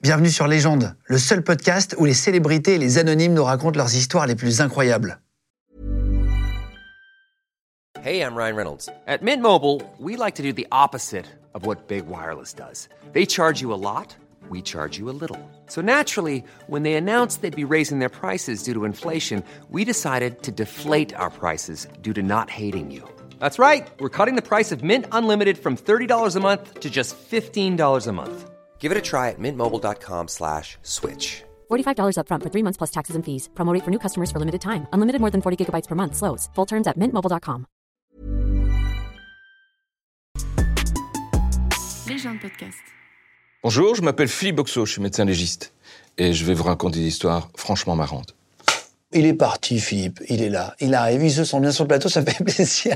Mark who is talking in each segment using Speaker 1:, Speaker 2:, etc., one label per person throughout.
Speaker 1: Bienvenue sur Légende, le seul podcast où les célébrités et les anonymes nous racontent leurs histoires les plus incroyables.
Speaker 2: Hey, I'm Ryan Reynolds. At Mint Mobile, we like to do the opposite of what Big Wireless does. They charge you a lot, we charge you a little. So naturally, when they announced they'd be raising their prices due to inflation, we decided to deflate our prices due to not hating you. That's right. We're cutting the price of Mint Unlimited from $30 a month to just $15 a month. Give it a try at mintmobile.com slash switch.
Speaker 3: $45 upfront for three months plus taxes and fees. Promo rate for new customers for limited time. Unlimited more than 40 gigabytes per month. Slows. Full terms at mintmobile.com.
Speaker 4: Les gens de podcast.
Speaker 5: Bonjour, je m'appelle Philippe Boxo, je suis médecin légiste et je vais vous raconter des histoires franchement marrantes.
Speaker 1: Il est parti, Philippe, il est là, il arrive, il se sent bien sur le plateau, ça fait plaisir.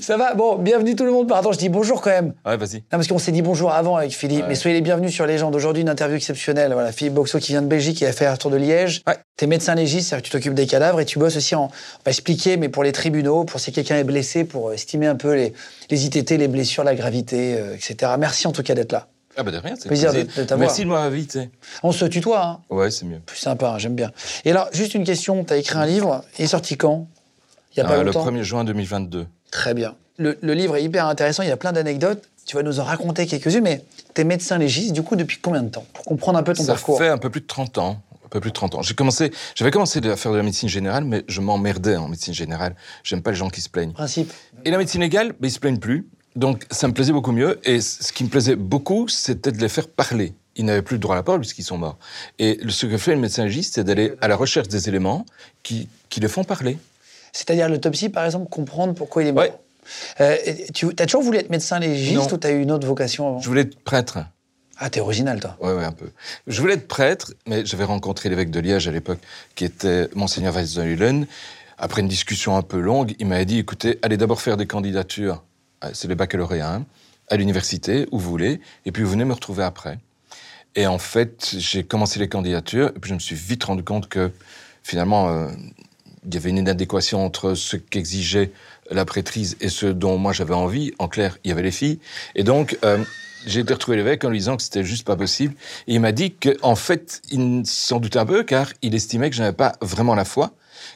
Speaker 1: ça va Bon, bienvenue tout le monde. Pardon, je dis bonjour quand même.
Speaker 5: Ouais, vas-y.
Speaker 1: Non, parce qu'on s'est dit bonjour avant avec Philippe,
Speaker 5: Ouais.
Speaker 1: mais soyez les bienvenus sur Légende. Aujourd'hui, une interview exceptionnelle. Voilà, Philippe Boxo qui vient de Belgique, qui a fait un tour de Liège.
Speaker 5: Ouais.
Speaker 1: T'es médecin légiste, c'est-à-dire que tu t'occupes des cadavres et tu bosses aussi en, on va expliquer, mais pour les tribunaux, pour si quelqu'un est blessé, pour euh, estimer un peu les, les ITT, les blessures, la gravité, euh, etc. Merci en tout cas d'être là.
Speaker 5: Ah bah de rien, c'est
Speaker 1: Plaisir
Speaker 5: un
Speaker 1: de- de t'avoir.
Speaker 5: Merci de m'avoir invité.
Speaker 1: On se tutoie, hein
Speaker 5: Ouais, c'est mieux.
Speaker 1: Plus sympa, hein, j'aime bien. Et alors, juste une question, t'as écrit un livre, il est sorti quand Il y a pas
Speaker 5: Ah, le
Speaker 1: longtemps
Speaker 5: 1er juin 2022.
Speaker 1: Très bien. Le, le livre est hyper intéressant, il y a plein d'anecdotes. Tu vas nous en raconter quelques-unes, mais t'es médecin légiste, du coup, depuis combien de temps Pour comprendre un peu ton
Speaker 5: Ça
Speaker 1: parcours.
Speaker 5: fait un peu plus de 30 ans. Un peu plus de 30 ans. J'ai commencé, j'avais commencé à faire de la médecine générale, mais je m'emmerdais en médecine générale. J'aime pas les gens qui se plaignent.
Speaker 1: Principe.
Speaker 5: Et la médecine légale, ben, ils se plaignent plus. Donc ça me plaisait beaucoup mieux. Et c- ce qui me plaisait beaucoup, c'était de les faire parler. Ils n'avaient plus le droit à la parole puisqu'ils sont morts. Et ce que fait le médecin légiste, c'est d'aller à la recherche des éléments qui, qui les font parler.
Speaker 1: C'est-à-dire l'autopsie, par exemple, comprendre pourquoi il est mort.
Speaker 5: Ouais.
Speaker 1: Euh, et tu as toujours voulu être médecin légiste
Speaker 5: Non.
Speaker 1: ou t'as eu une autre vocation avant
Speaker 5: Je voulais être prêtre.
Speaker 1: Ah, t'es original, toi.
Speaker 5: Ouais, ouais, un peu. Je voulais être prêtre, mais j'avais rencontré l'évêque de Liège à l'époque, qui était Monseigneur Weizenhulen. Après une discussion un peu longue, il m'avait dit écoutez, allez d'abord faire des candidatures, euh, c'est le baccalauréat, hein, à l'université, où vous voulez, et puis vous venez me retrouver après. Et en fait, j'ai commencé les candidatures, et puis je me suis vite rendu compte que finalement, euh, il y avait une inadéquation entre ce qu'exigeait la prêtrise et ce dont moi j'avais envie. En clair, il y avait les filles. Et donc, euh, j'ai été retrouver l'évêque en lui disant que c'était juste pas possible. Et il m'a dit qu'en fait, il s'en doutait un peu, car il estimait que je n'avais pas vraiment la foi,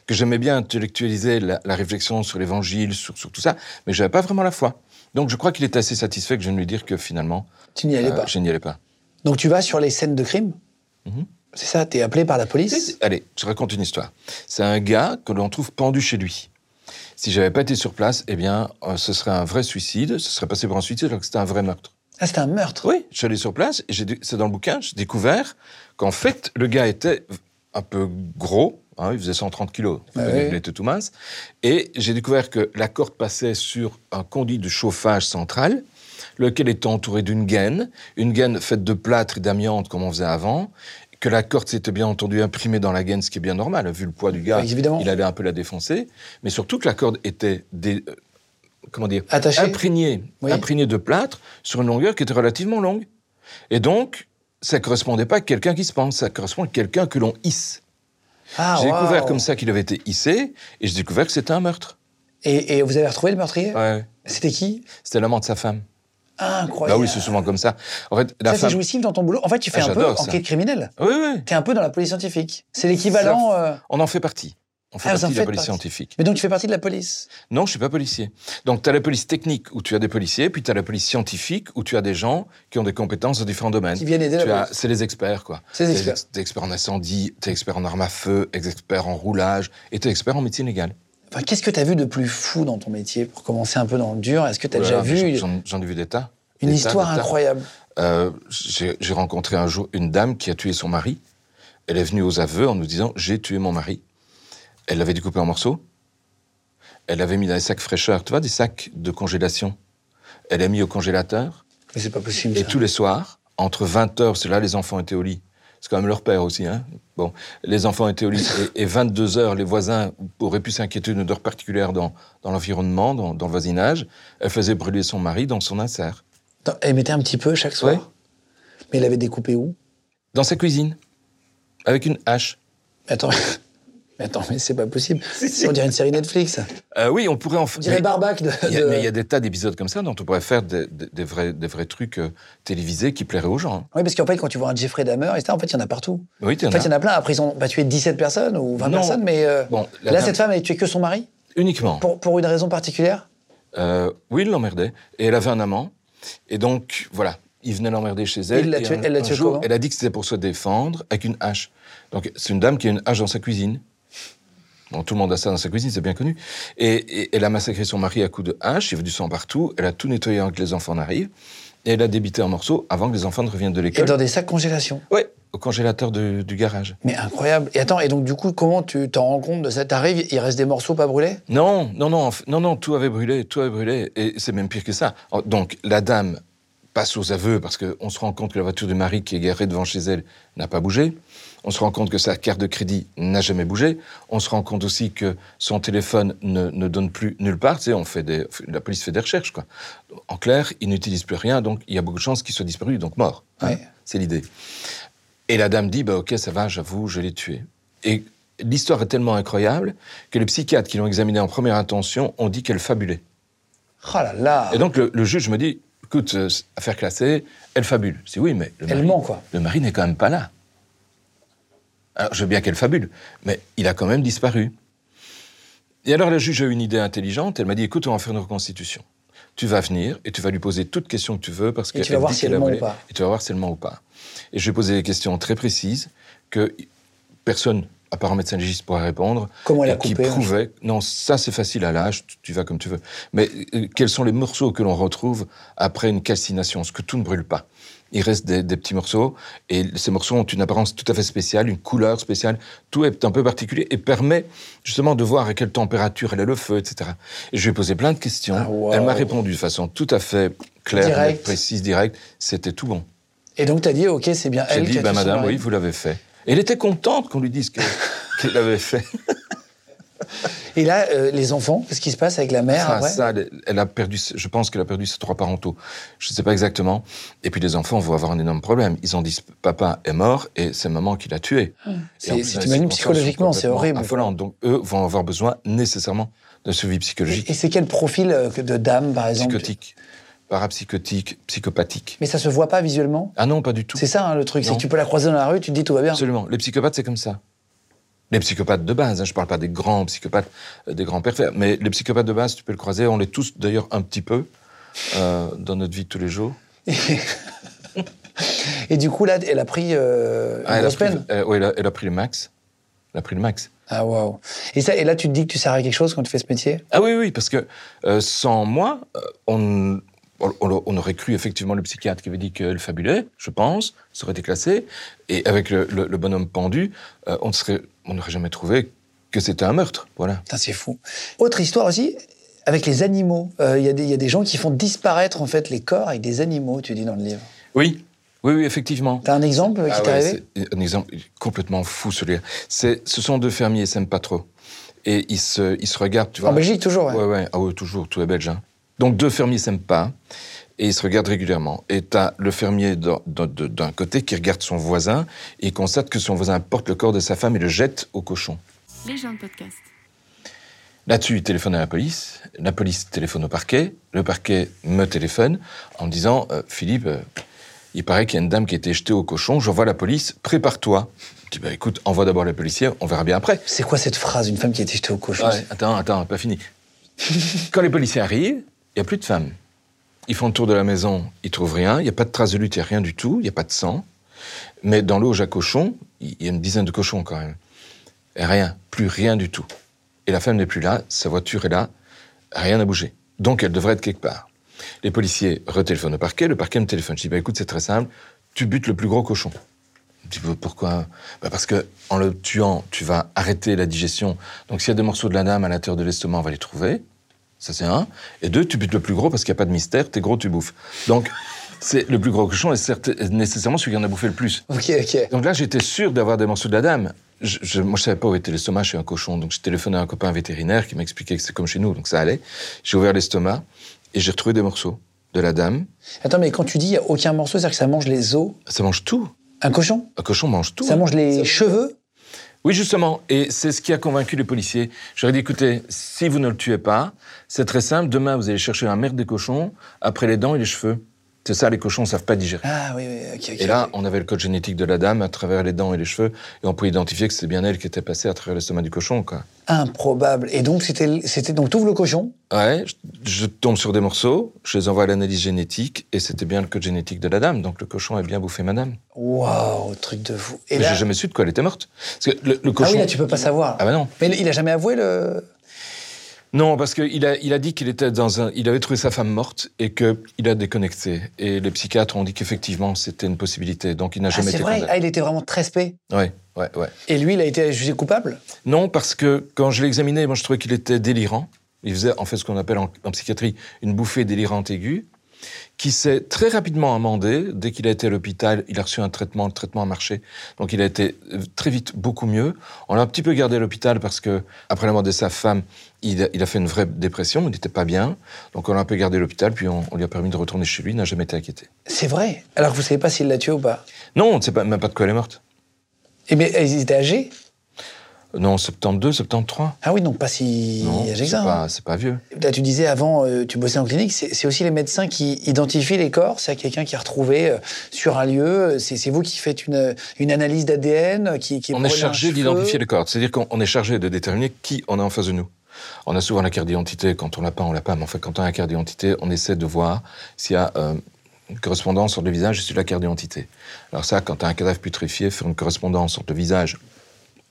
Speaker 5: que j'aimais bien intellectualiser la, la réflexion sur l'évangile, sur, sur tout ça, mais que je n'avais pas vraiment la foi. Donc, je crois qu'il était assez satisfait que je vienne lui dire que finalement,
Speaker 1: Tu n'y allais
Speaker 5: euh,
Speaker 1: pas.
Speaker 5: je n'y allais pas.
Speaker 1: Donc, tu vas sur les scènes de crime
Speaker 5: Mhm.
Speaker 1: C'est ça, t'es appelé par la police
Speaker 5: Allez, je raconte une histoire. C'est un gars que l'on trouve pendu chez lui. Si j'avais pas été sur place, eh bien, euh, ce serait un vrai suicide, ce serait passé pour un suicide alors que c'était un vrai meurtre.
Speaker 1: Ah, c'était un meurtre
Speaker 5: Oui, je suis allé sur place, et j'ai dé- c'est dans le bouquin, j'ai découvert qu'en fait, le gars était un peu gros, hein, il faisait 130 kilos, vous
Speaker 1: Ah
Speaker 5: connaissez,
Speaker 1: oui.
Speaker 5: il était tout mince, et j'ai découvert que la corde passait sur un conduit de chauffage central, lequel était entouré d'une gaine, une gaine faite de plâtre et d'amiante comme on faisait avant, que la corde s'était bien entendu imprimée dans la gaine, ce qui est bien normal, vu le poids du gars,
Speaker 1: Oui, évidemment.
Speaker 5: il allait un peu la défoncer, mais surtout que la corde était... dé- euh, Comment dire
Speaker 1: Attaché
Speaker 5: imprégnée,
Speaker 1: Oui.
Speaker 5: imprégnée de plâtre sur une longueur qui était relativement longue. Et donc, ça correspondait pas à quelqu'un qui se pense, ça correspond à quelqu'un que l'on hisse.
Speaker 1: Ah,
Speaker 5: j'ai découvert
Speaker 1: waouh.
Speaker 5: comme ça qu'il avait été hissé, et j'ai découvert que c'était un meurtre.
Speaker 1: Et, et vous avez retrouvé le meurtrier
Speaker 5: Ouais.
Speaker 1: C'était qui
Speaker 5: C'était l'amant de sa femme.
Speaker 1: Incroyable.
Speaker 5: Bah oui, c'est souvent comme ça. En fait, la
Speaker 1: Ça, c'est
Speaker 5: femme.
Speaker 1: jouissif dans ton boulot. En fait, tu fais
Speaker 5: Ah,
Speaker 1: un peu
Speaker 5: j'adore ça.
Speaker 1: enquête criminelle.
Speaker 5: Oui, oui.
Speaker 1: T'es un peu dans la police scientifique. C'est l'équivalent. euh,
Speaker 5: On en fait partie. On fait
Speaker 1: Ah, vous en
Speaker 5: partie de la
Speaker 1: faites
Speaker 5: police
Speaker 1: partie.
Speaker 5: scientifique.
Speaker 1: Mais donc, tu fais partie de la police.
Speaker 5: Non, je suis pas policier. Donc, tu as la police technique où tu as des policiers, puis tu as la police scientifique où tu as des gens qui ont des compétences dans différents domaines.
Speaker 1: Qui viennent aider la
Speaker 5: Tu as-
Speaker 1: police.
Speaker 5: C'est les experts, quoi.
Speaker 1: C'est les
Speaker 5: T'es
Speaker 1: experts.
Speaker 5: ex- T'es expert en incendie, t'es expert en armes à feu, t'es expert en roulage, et t'es expert en médecine légale.
Speaker 1: Enfin, Qu'est-ce que t'as vu de plus fou dans ton métier pour commencer un peu dans le dur Est-ce que t'as
Speaker 5: Oh là
Speaker 1: déjà
Speaker 5: là, mais
Speaker 1: vu
Speaker 5: j'en- J'en j'en ai vu des tas.
Speaker 1: une
Speaker 5: Des tas,
Speaker 1: histoire
Speaker 5: des tas.
Speaker 1: incroyable
Speaker 5: Euh, J'ai j'ai rencontré un jour une dame qui a tué son mari. Elle est venue aux aveux en nous disant J'ai tué mon mari. Elle l'avait découpé en morceaux. Elle l'avait mis dans des sacs fraîcheur, tu vois, des sacs de congélation. Elle l'a mis au congélateur.
Speaker 1: Mais c'est pas possible.
Speaker 5: Et
Speaker 1: ça.
Speaker 5: tous les soirs, entre 20h, c'est là les enfants étaient au lit. C'est quand même leur père aussi. Hein bon, les enfants étaient au lit. Et, 22h, les voisins auraient pu s'inquiéter d'une odeur particulière dans, dans l'environnement, dans, dans le voisinage. Elle faisait brûler son mari dans son insert.
Speaker 1: Attends, Elle mettait Eh, un petit peu chaque soir.
Speaker 5: Ouais.
Speaker 1: Mais elle avait découpé où
Speaker 5: Dans sa cuisine. Avec une hache.
Speaker 1: Attends. Mais Mais attends, mais c'est pas possible. On dirait une série Netflix.
Speaker 5: Euh, oui, on pourrait en
Speaker 1: On
Speaker 5: faire.
Speaker 1: dirait Barbac de.
Speaker 5: Il y, a,
Speaker 1: de-
Speaker 5: mais il y a des tas d'épisodes comme ça dont on pourrait faire des, des- des vrais, des vrais trucs euh, télévisés qui plairaient aux gens.
Speaker 1: Oui, parce qu'en fait, quand tu vois un Jeffrey Dahmer, etc., en fait, il y en a partout.
Speaker 5: Oui, t'y en
Speaker 1: en fait,
Speaker 5: as.
Speaker 1: il y en a plein. Après, ils ont pas tué 17 personnes ou 20
Speaker 5: Non.
Speaker 1: personnes, mais euh,
Speaker 5: Bon, la
Speaker 1: là,
Speaker 5: dame-
Speaker 1: cette femme, elle a tué que son mari
Speaker 5: Uniquement.
Speaker 1: pour, pour une raison particulière
Speaker 5: Euh, oui, il l'emmerdait. Et elle avait un amant. Et donc, voilà, il venait l'emmerder chez elle.
Speaker 1: Il l'a
Speaker 5: Et
Speaker 1: tué-
Speaker 5: un-
Speaker 1: elle l'a
Speaker 5: un
Speaker 1: tué
Speaker 5: jour,
Speaker 1: comment
Speaker 5: Elle a dit que c'était pour se défendre avec une hache. Donc, c'est une dame qui a une hache dans sa cuisine. Bon, tout le monde a ça dans sa cuisine, c'est bien connu. Et, et elle a massacré son mari à coups de hache, il y avait du sang partout, elle a tout nettoyé avant que les enfants n'arrivent, et elle a débité en morceaux avant que les enfants ne reviennent de
Speaker 1: et
Speaker 5: l'école.
Speaker 1: dans des sacs congélation.
Speaker 5: Ouais, au congélateur de- du garage.
Speaker 1: Mais incroyable. Et attends, et donc, du coup, comment tu t'en rends compte de ça T'arrives, il reste des morceaux pas brûlés
Speaker 5: Non, non, non, en f- non, non, tout avait brûlé, tout avait brûlé, et c'est même pire que ça. En- Donc, la dame passe aux aveux parce qu'on se rend compte que la voiture du mari qui est garée devant chez elle n'a pas bougé. On se rend compte que sa carte de crédit n'a jamais bougé. On se rend compte aussi que son téléphone ne, ne donne plus nulle part. Tu sais, on fait des, la police fait des recherches, quoi. En clair, il n'utilise plus rien, donc il y a beaucoup de chances qu'il soit disparu, donc mort. hein.
Speaker 1: Ouais.
Speaker 5: C'est l'idée. Et la dame dit, bah ok, ça va, j'avoue, je l'ai tué. Et l'histoire est tellement incroyable que les psychiatres qui l'ont examinée en première intention ont dit qu'elle fabulait.
Speaker 1: Oh là là
Speaker 5: Et donc le, le juge me dit, écoute, euh, affaire classée, elle fabule. Je dis, oui, mais le
Speaker 1: Elle
Speaker 5: mari,
Speaker 1: ment, quoi.
Speaker 5: Le mari n'est quand même pas là. Alors, je veux bien qu'elle fabule, mais il a quand même disparu. Et alors la juge a eu une idée intelligente, elle m'a dit, écoute, on va faire une reconstitution. Tu vas venir et tu vas lui poser toutes questions que tu veux parce
Speaker 1: Et
Speaker 5: que
Speaker 1: tu vas voir
Speaker 5: dit
Speaker 1: si
Speaker 5: qu'elle
Speaker 1: elle
Speaker 5: a
Speaker 1: ment ou
Speaker 5: volé.
Speaker 1: pas.
Speaker 5: Et tu vas voir si elle ment ou pas. Et je vais poser des questions très précises que personne, à part un médecin légiste, pourra répondre.
Speaker 1: Comment elle a
Speaker 5: Et qui
Speaker 1: coupé, hein.
Speaker 5: prouvait, non, ça c'est facile à l'âge, tu, tu vas comme tu veux. Mais euh, quels sont les morceaux que l'on retrouve après une calcination Ce que tout ne brûle pas. Il reste des, des petits morceaux, et ces morceaux ont une apparence tout à fait spéciale, une couleur spéciale. Tout est un peu particulier et permet justement de voir à quelle température elle est le feu, etc. Et je lui ai posé plein de questions.
Speaker 1: Ah, wow.
Speaker 5: Elle m'a répondu de façon tout à fait claire,
Speaker 1: Direct.
Speaker 5: nette, précise, directe. C'était tout bon.
Speaker 1: Et donc, t'as dit, OK, c'est bien
Speaker 5: J'ai
Speaker 1: elle qui
Speaker 5: dit,
Speaker 1: a
Speaker 5: bah,
Speaker 1: tué son
Speaker 5: madame,
Speaker 1: mari.
Speaker 5: oui, vous l'avez fait. Et elle était contente qu'on lui dise que- qu'elle l'avait fait.
Speaker 1: Et là, euh, les enfants, qu'est-ce qui se passe avec la mère
Speaker 5: Ah,
Speaker 1: après
Speaker 5: ça, elle, elle a perdu, ses- je pense qu'elle a perdu ses trois parentaux. Je ne sais pas exactement. Et puis les enfants vont avoir un énorme problème. Ils ont dit papa est mort et c'est maman qui l'a tué. Et en
Speaker 1: C'est-
Speaker 5: plus,
Speaker 1: c'est-
Speaker 5: les
Speaker 1: t'imagines
Speaker 5: circonstances
Speaker 1: psychologiquement,
Speaker 5: sont
Speaker 1: c'est horrible.
Speaker 5: affolantes. Donc eux vont avoir besoin nécessairement de suivi psychologique,
Speaker 1: Et c'est quel profil euh, de dame, par exemple
Speaker 5: psychotique, parapsychotique, psychopathique.
Speaker 1: Mais ça se voit pas visuellement
Speaker 5: Ah non, pas du tout.
Speaker 1: C'est ça hein, le truc, c'est
Speaker 5: Non.
Speaker 1: que tu peux la croiser dans la rue, tu te dis tout va bien.
Speaker 5: Absolument. Les psychopathes, c'est comme ça. Les psychopathes de base, hein, je ne parle pas des grands psychopathes, euh, des grands pervers, mais les psychopathes de base, tu peux le croiser, on les tous d'ailleurs un petit peu euh, dans notre vie de tous les jours.
Speaker 1: Et du coup, là, elle a pris euh, une
Speaker 5: Ah, elle, a
Speaker 1: grosse
Speaker 5: pris,
Speaker 1: peine.
Speaker 5: elle- ouais, elle a- elle a pris le max. Elle a pris le max.
Speaker 1: Ah, waouh. Et, ça- et là, tu te dis que tu sers à quelque chose quand tu fais ce métier
Speaker 5: Ah oui, oui, parce que euh, sans moi, euh, on, on, on aurait cru effectivement le psychiatre qui avait dit qu'elle fabulait, je pense, ça aurait été classé. Et avec le, le- le bonhomme pendu, euh, on ne serait- on n'aurait jamais trouvé que c'était un meurtre. Voilà.
Speaker 1: Putain, c'est fou. Autre histoire aussi, avec les animaux. Euh, Il y, a des- il y a des gens qui font disparaître, en fait, les corps avec des animaux, tu dis dans le livre.
Speaker 5: Oui, oui, oui, effectivement.
Speaker 1: T'as un exemple euh, qui
Speaker 5: Ah
Speaker 1: t'est
Speaker 5: ouais,
Speaker 1: arrivé
Speaker 5: c'est Un exemple complètement fou, celui-là. C'est- Ce sont deux fermiers, ils s'aiment pas trop. Et ils se, ils se regardent, tu vois.
Speaker 1: En Belgique, toujours, ouais.
Speaker 5: Ouais, ouais. Ah ouais, toujours, tous les Belges. hein. Donc deux fermiers s'aiment pas et ils se regardent régulièrement. Et t'as le fermier d'un- d'un d'un côté qui regarde son voisin et il constate que son voisin porte le corps de sa femme et le jette au cochon.
Speaker 4: Les gens de podcast.
Speaker 5: Là-dessus, il téléphone à la police. La police téléphone au parquet. Le parquet me téléphone en me disant euh, Philippe, euh, il paraît qu'il y a une dame qui a été jetée au cochon. J'envoie la police. Prépare-toi. Je dis bah, écoute, envoie d'abord les policiers. On verra bien après.
Speaker 1: C'est quoi cette phrase, une femme qui a été jetée au cochon
Speaker 5: Ouais, attends, attends, pas fini. Quand les policiers arrivent, il n'y a plus de femmes. Ils font le tour de la maison, ils trouvent rien, il n'y a pas de traces de lutte, il n'y a rien du tout, il n'y a pas de sang. Mais dans l'auge à cochons, il y a une dizaine de cochons quand même. Et rien, plus rien du tout. Et la femme n'est plus là, sa voiture est là, rien n'a bougé. Donc elle devrait être quelque part. Les policiers retéléphonent au parquet, le parquet me téléphone. Je dis, bah, écoute, c'est très simple, tu butes le plus gros cochon. Un petit peu, pourquoi Bah, Parce que en le tuant, tu vas arrêter la digestion. Donc s'il y a des morceaux de la dame à l'intérieur de l'estomac, on va les trouver. Ça, c'est un. Et deux, tu butes le plus gros parce qu'il n'y a pas de mystère. T'es gros, tu bouffes. Donc, c'est le plus gros cochon est, certes- est nécessairement celui qui en a bouffé le plus.
Speaker 1: Ok, ok.
Speaker 5: Donc là, j'étais sûr d'avoir des morceaux de la dame. Je, je- moi, je savais pas où était l'estomac chez un cochon. Donc, j'ai téléphoné à un copain vétérinaire qui m'expliquait que c'est comme chez nous. Donc, ça allait. J'ai ouvert l'estomac et j'ai retrouvé des morceaux de la dame.
Speaker 1: Attends, mais quand tu dis il n'y a aucun morceau, c'est-à-dire que ça mange les os
Speaker 5: Ça mange tout. hein.
Speaker 1: Un cochon
Speaker 5: Un cochon mange tout.
Speaker 1: Ça mange les cheveux
Speaker 5: Oui, justement, et c'est ce qui a convaincu les policiers. J'aurais dit, écoutez, si vous ne le tuez pas, c'est très simple, demain vous allez chercher un merde des cochons, après les dents et les cheveux. C'est ça, les cochons ne savent pas digérer.
Speaker 1: Ah oui, oui, ok, ok.
Speaker 5: Et là, on avait le code génétique de la dame à travers les dents et les cheveux, et on pouvait identifier que c'est bien elle qui était passée à travers l'estomac du cochon, quoi.
Speaker 1: Improbable. Et donc, c'était, c'était donc, t'ouvres le cochon.
Speaker 5: Ouais, je, je tombe sur des morceaux, je les envoie à l'analyse génétique, et c'était bien le code génétique de la dame, donc le cochon a bien bouffé madame.
Speaker 1: Waouh, truc de fou. Et
Speaker 5: Mais
Speaker 1: là,
Speaker 5: j'ai jamais su de quoi elle était morte. Parce que le, le cochon.
Speaker 1: ah oui, là, tu peux pas savoir.
Speaker 5: Ah bah non.
Speaker 1: Mais il a jamais avoué le.
Speaker 5: Non, parce qu'il a, il a dit qu'il était dans un, il avait trouvé sa femme morte et qu'il a déconnecté. Et les psychiatres ont dit qu'effectivement c'était une possibilité, donc il n'a
Speaker 1: Ah,
Speaker 5: jamais
Speaker 1: c'est
Speaker 5: été
Speaker 1: vrai.
Speaker 5: condamné.
Speaker 1: Ah, il était vraiment très spé.
Speaker 5: Ouais, ouais, ouais.
Speaker 1: Et lui, il a été jugé coupable.
Speaker 5: Non, parce que quand je l'ai examiné, moi je trouvais qu'il était délirant. Il faisait en fait ce qu'on appelle en, en psychiatrie une bouffée délirante aiguë, qui s'est très rapidement amendé. Dès qu'il a été à l'hôpital, il a reçu un traitement, le traitement a marché. Donc il a été euh, très vite beaucoup mieux. On l'a un petit peu gardé à l'hôpital parce que après la mort de sa femme, il a, il a fait une vraie dépression, il n'était pas bien. Donc on l'a un peu gardé à l'hôpital, puis on, on lui a permis de retourner chez lui, il n'a jamais été inquiété.
Speaker 1: C'est vrai. Alors que vous savez pas s'il l'a tué ou pas.
Speaker 5: Non, on ne sait pas, même pas de quoi elle est morte.
Speaker 1: Et mais ils étaient âgés.
Speaker 5: Non, 72, 73.
Speaker 1: Ah oui, donc pas si
Speaker 5: Non,
Speaker 1: âgés
Speaker 5: c'est
Speaker 1: que ça. hein.
Speaker 5: pas, c'est pas vieux.
Speaker 1: Là, tu disais avant, euh, tu bossais en clinique, c'est c'est aussi les médecins qui identifient les corps. C'est quelqu'un qui est retrouvé euh, sur un lieu. euh, C'est c'est vous qui faites une, une analyse d'ADN euh, qui, qui
Speaker 5: On est
Speaker 1: prenez un
Speaker 5: chargé
Speaker 1: cheveu.
Speaker 5: d'identifier les cordes, c'est-à-dire qu'on on est chargé de déterminer qui on a en face de nous. On a souvent la carte d'identité, quand on l'a pas, on l'a pas, mais enfin, quand on a la carte d'identité, on essaie de voir s'il y a euh, une correspondance entre le visage et sur la carte d'identité. Alors ça, quand tu as un cadavre putréfié, faire une correspondance entre le visage,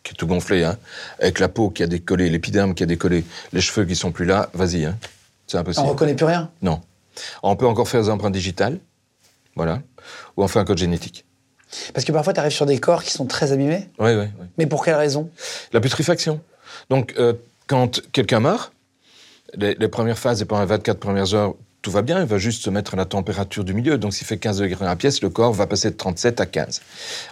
Speaker 5: qui est tout gonflé, hein, avec la peau qui a décollé, l'épiderme qui a décollé, les cheveux qui sont plus là, vas-y, hein. c'est
Speaker 1: On
Speaker 5: impossible.
Speaker 1: reconnaît plus rien.
Speaker 5: Non. On peut encore faire des empreintes digitales, voilà, ou on fait un code génétique.
Speaker 1: Parce que parfois, tu arrives sur des corps qui sont très abîmés.
Speaker 5: Oui, oui, oui.
Speaker 1: Mais pour quelle raison
Speaker 5: La putréfaction. Donc, euh, quand quelqu'un meurt, les, les premières phases et pendant les 24 premières heures, tout va bien, il va juste se mettre à la température du milieu. Donc, s'il fait 15 degrés dans la pièce, le corps va passer de 37 à 15.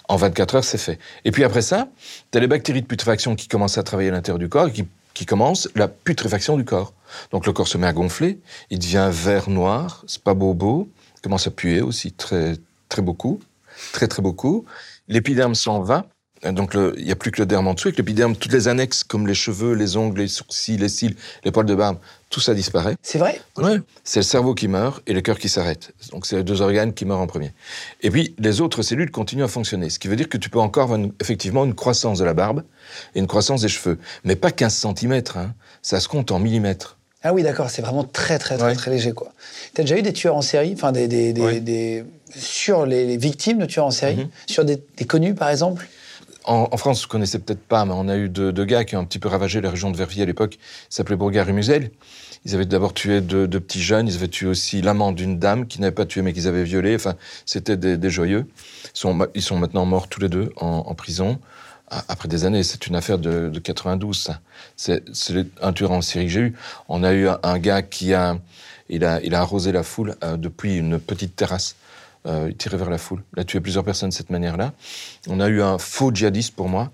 Speaker 5: En 24 heures, c'est fait. Et puis après ça, tu as les bactéries de putréfaction qui commencent à travailler à l'intérieur du corps et qui, qui commencent la putréfaction du corps. Donc, le corps se met à gonfler, il devient vert-noir, c'est pas beau beau, il commence à puer aussi très, très beaucoup, très très beaucoup. L'épiderme s'en va, euh, donc le- il n'y a plus que le derme en dessous, et que l'épiderme, toutes les annexes comme les cheveux, les ongles, les sourcils, les cils, les poils de barbe, tout ça disparaît.
Speaker 1: C'est vrai
Speaker 5: C'est le cerveau qui meurt et le cœur qui s'arrête. Donc c'est les deux organes qui meurent en premier. Et puis les autres cellules continuent à fonctionner, ce qui veut dire que tu peux encore avoir une- effectivement une croissance de la barbe et une croissance des cheveux, mais pas 15 cm, ça se compte en millimètres.
Speaker 1: Ah oui, d'accord, c'est vraiment très, très, très,
Speaker 5: Ouais.
Speaker 1: très léger, quoi. T'as déjà eu des tueurs en série, enfin, des, des, des,
Speaker 5: Ouais. Mhm.
Speaker 1: des- sur les, les victimes de tueurs en série, sur des, des connus, par exemple
Speaker 5: En, en France, vous connaissez peut-être pas, mais on a eu deux, deux gars qui ont un petit peu ravagé la région de Verviers à l'époque. Ils s'appelaient Bourgard et Musel. Ils avaient d'abord tué deux, deux petits jeunes. Ils avaient tué aussi l'amant d'une dame qui n'avait pas tué mais qu'ils avaient violée. Enfin, c'était des, des joyeux. Ils sont, ma- ils sont maintenant morts tous les deux en, en prison a- après des années. C'est une affaire de, de 92. ça. C'est c'est le- un tueur en série que j'ai eu. On a eu un, un gars qui a il, a, il a arrosé la foule euh, depuis une petite terrasse. Euh, il tirait vers la foule. Il a tué plusieurs personnes de cette manière-là. On a eu un faux djihadiste pour moi,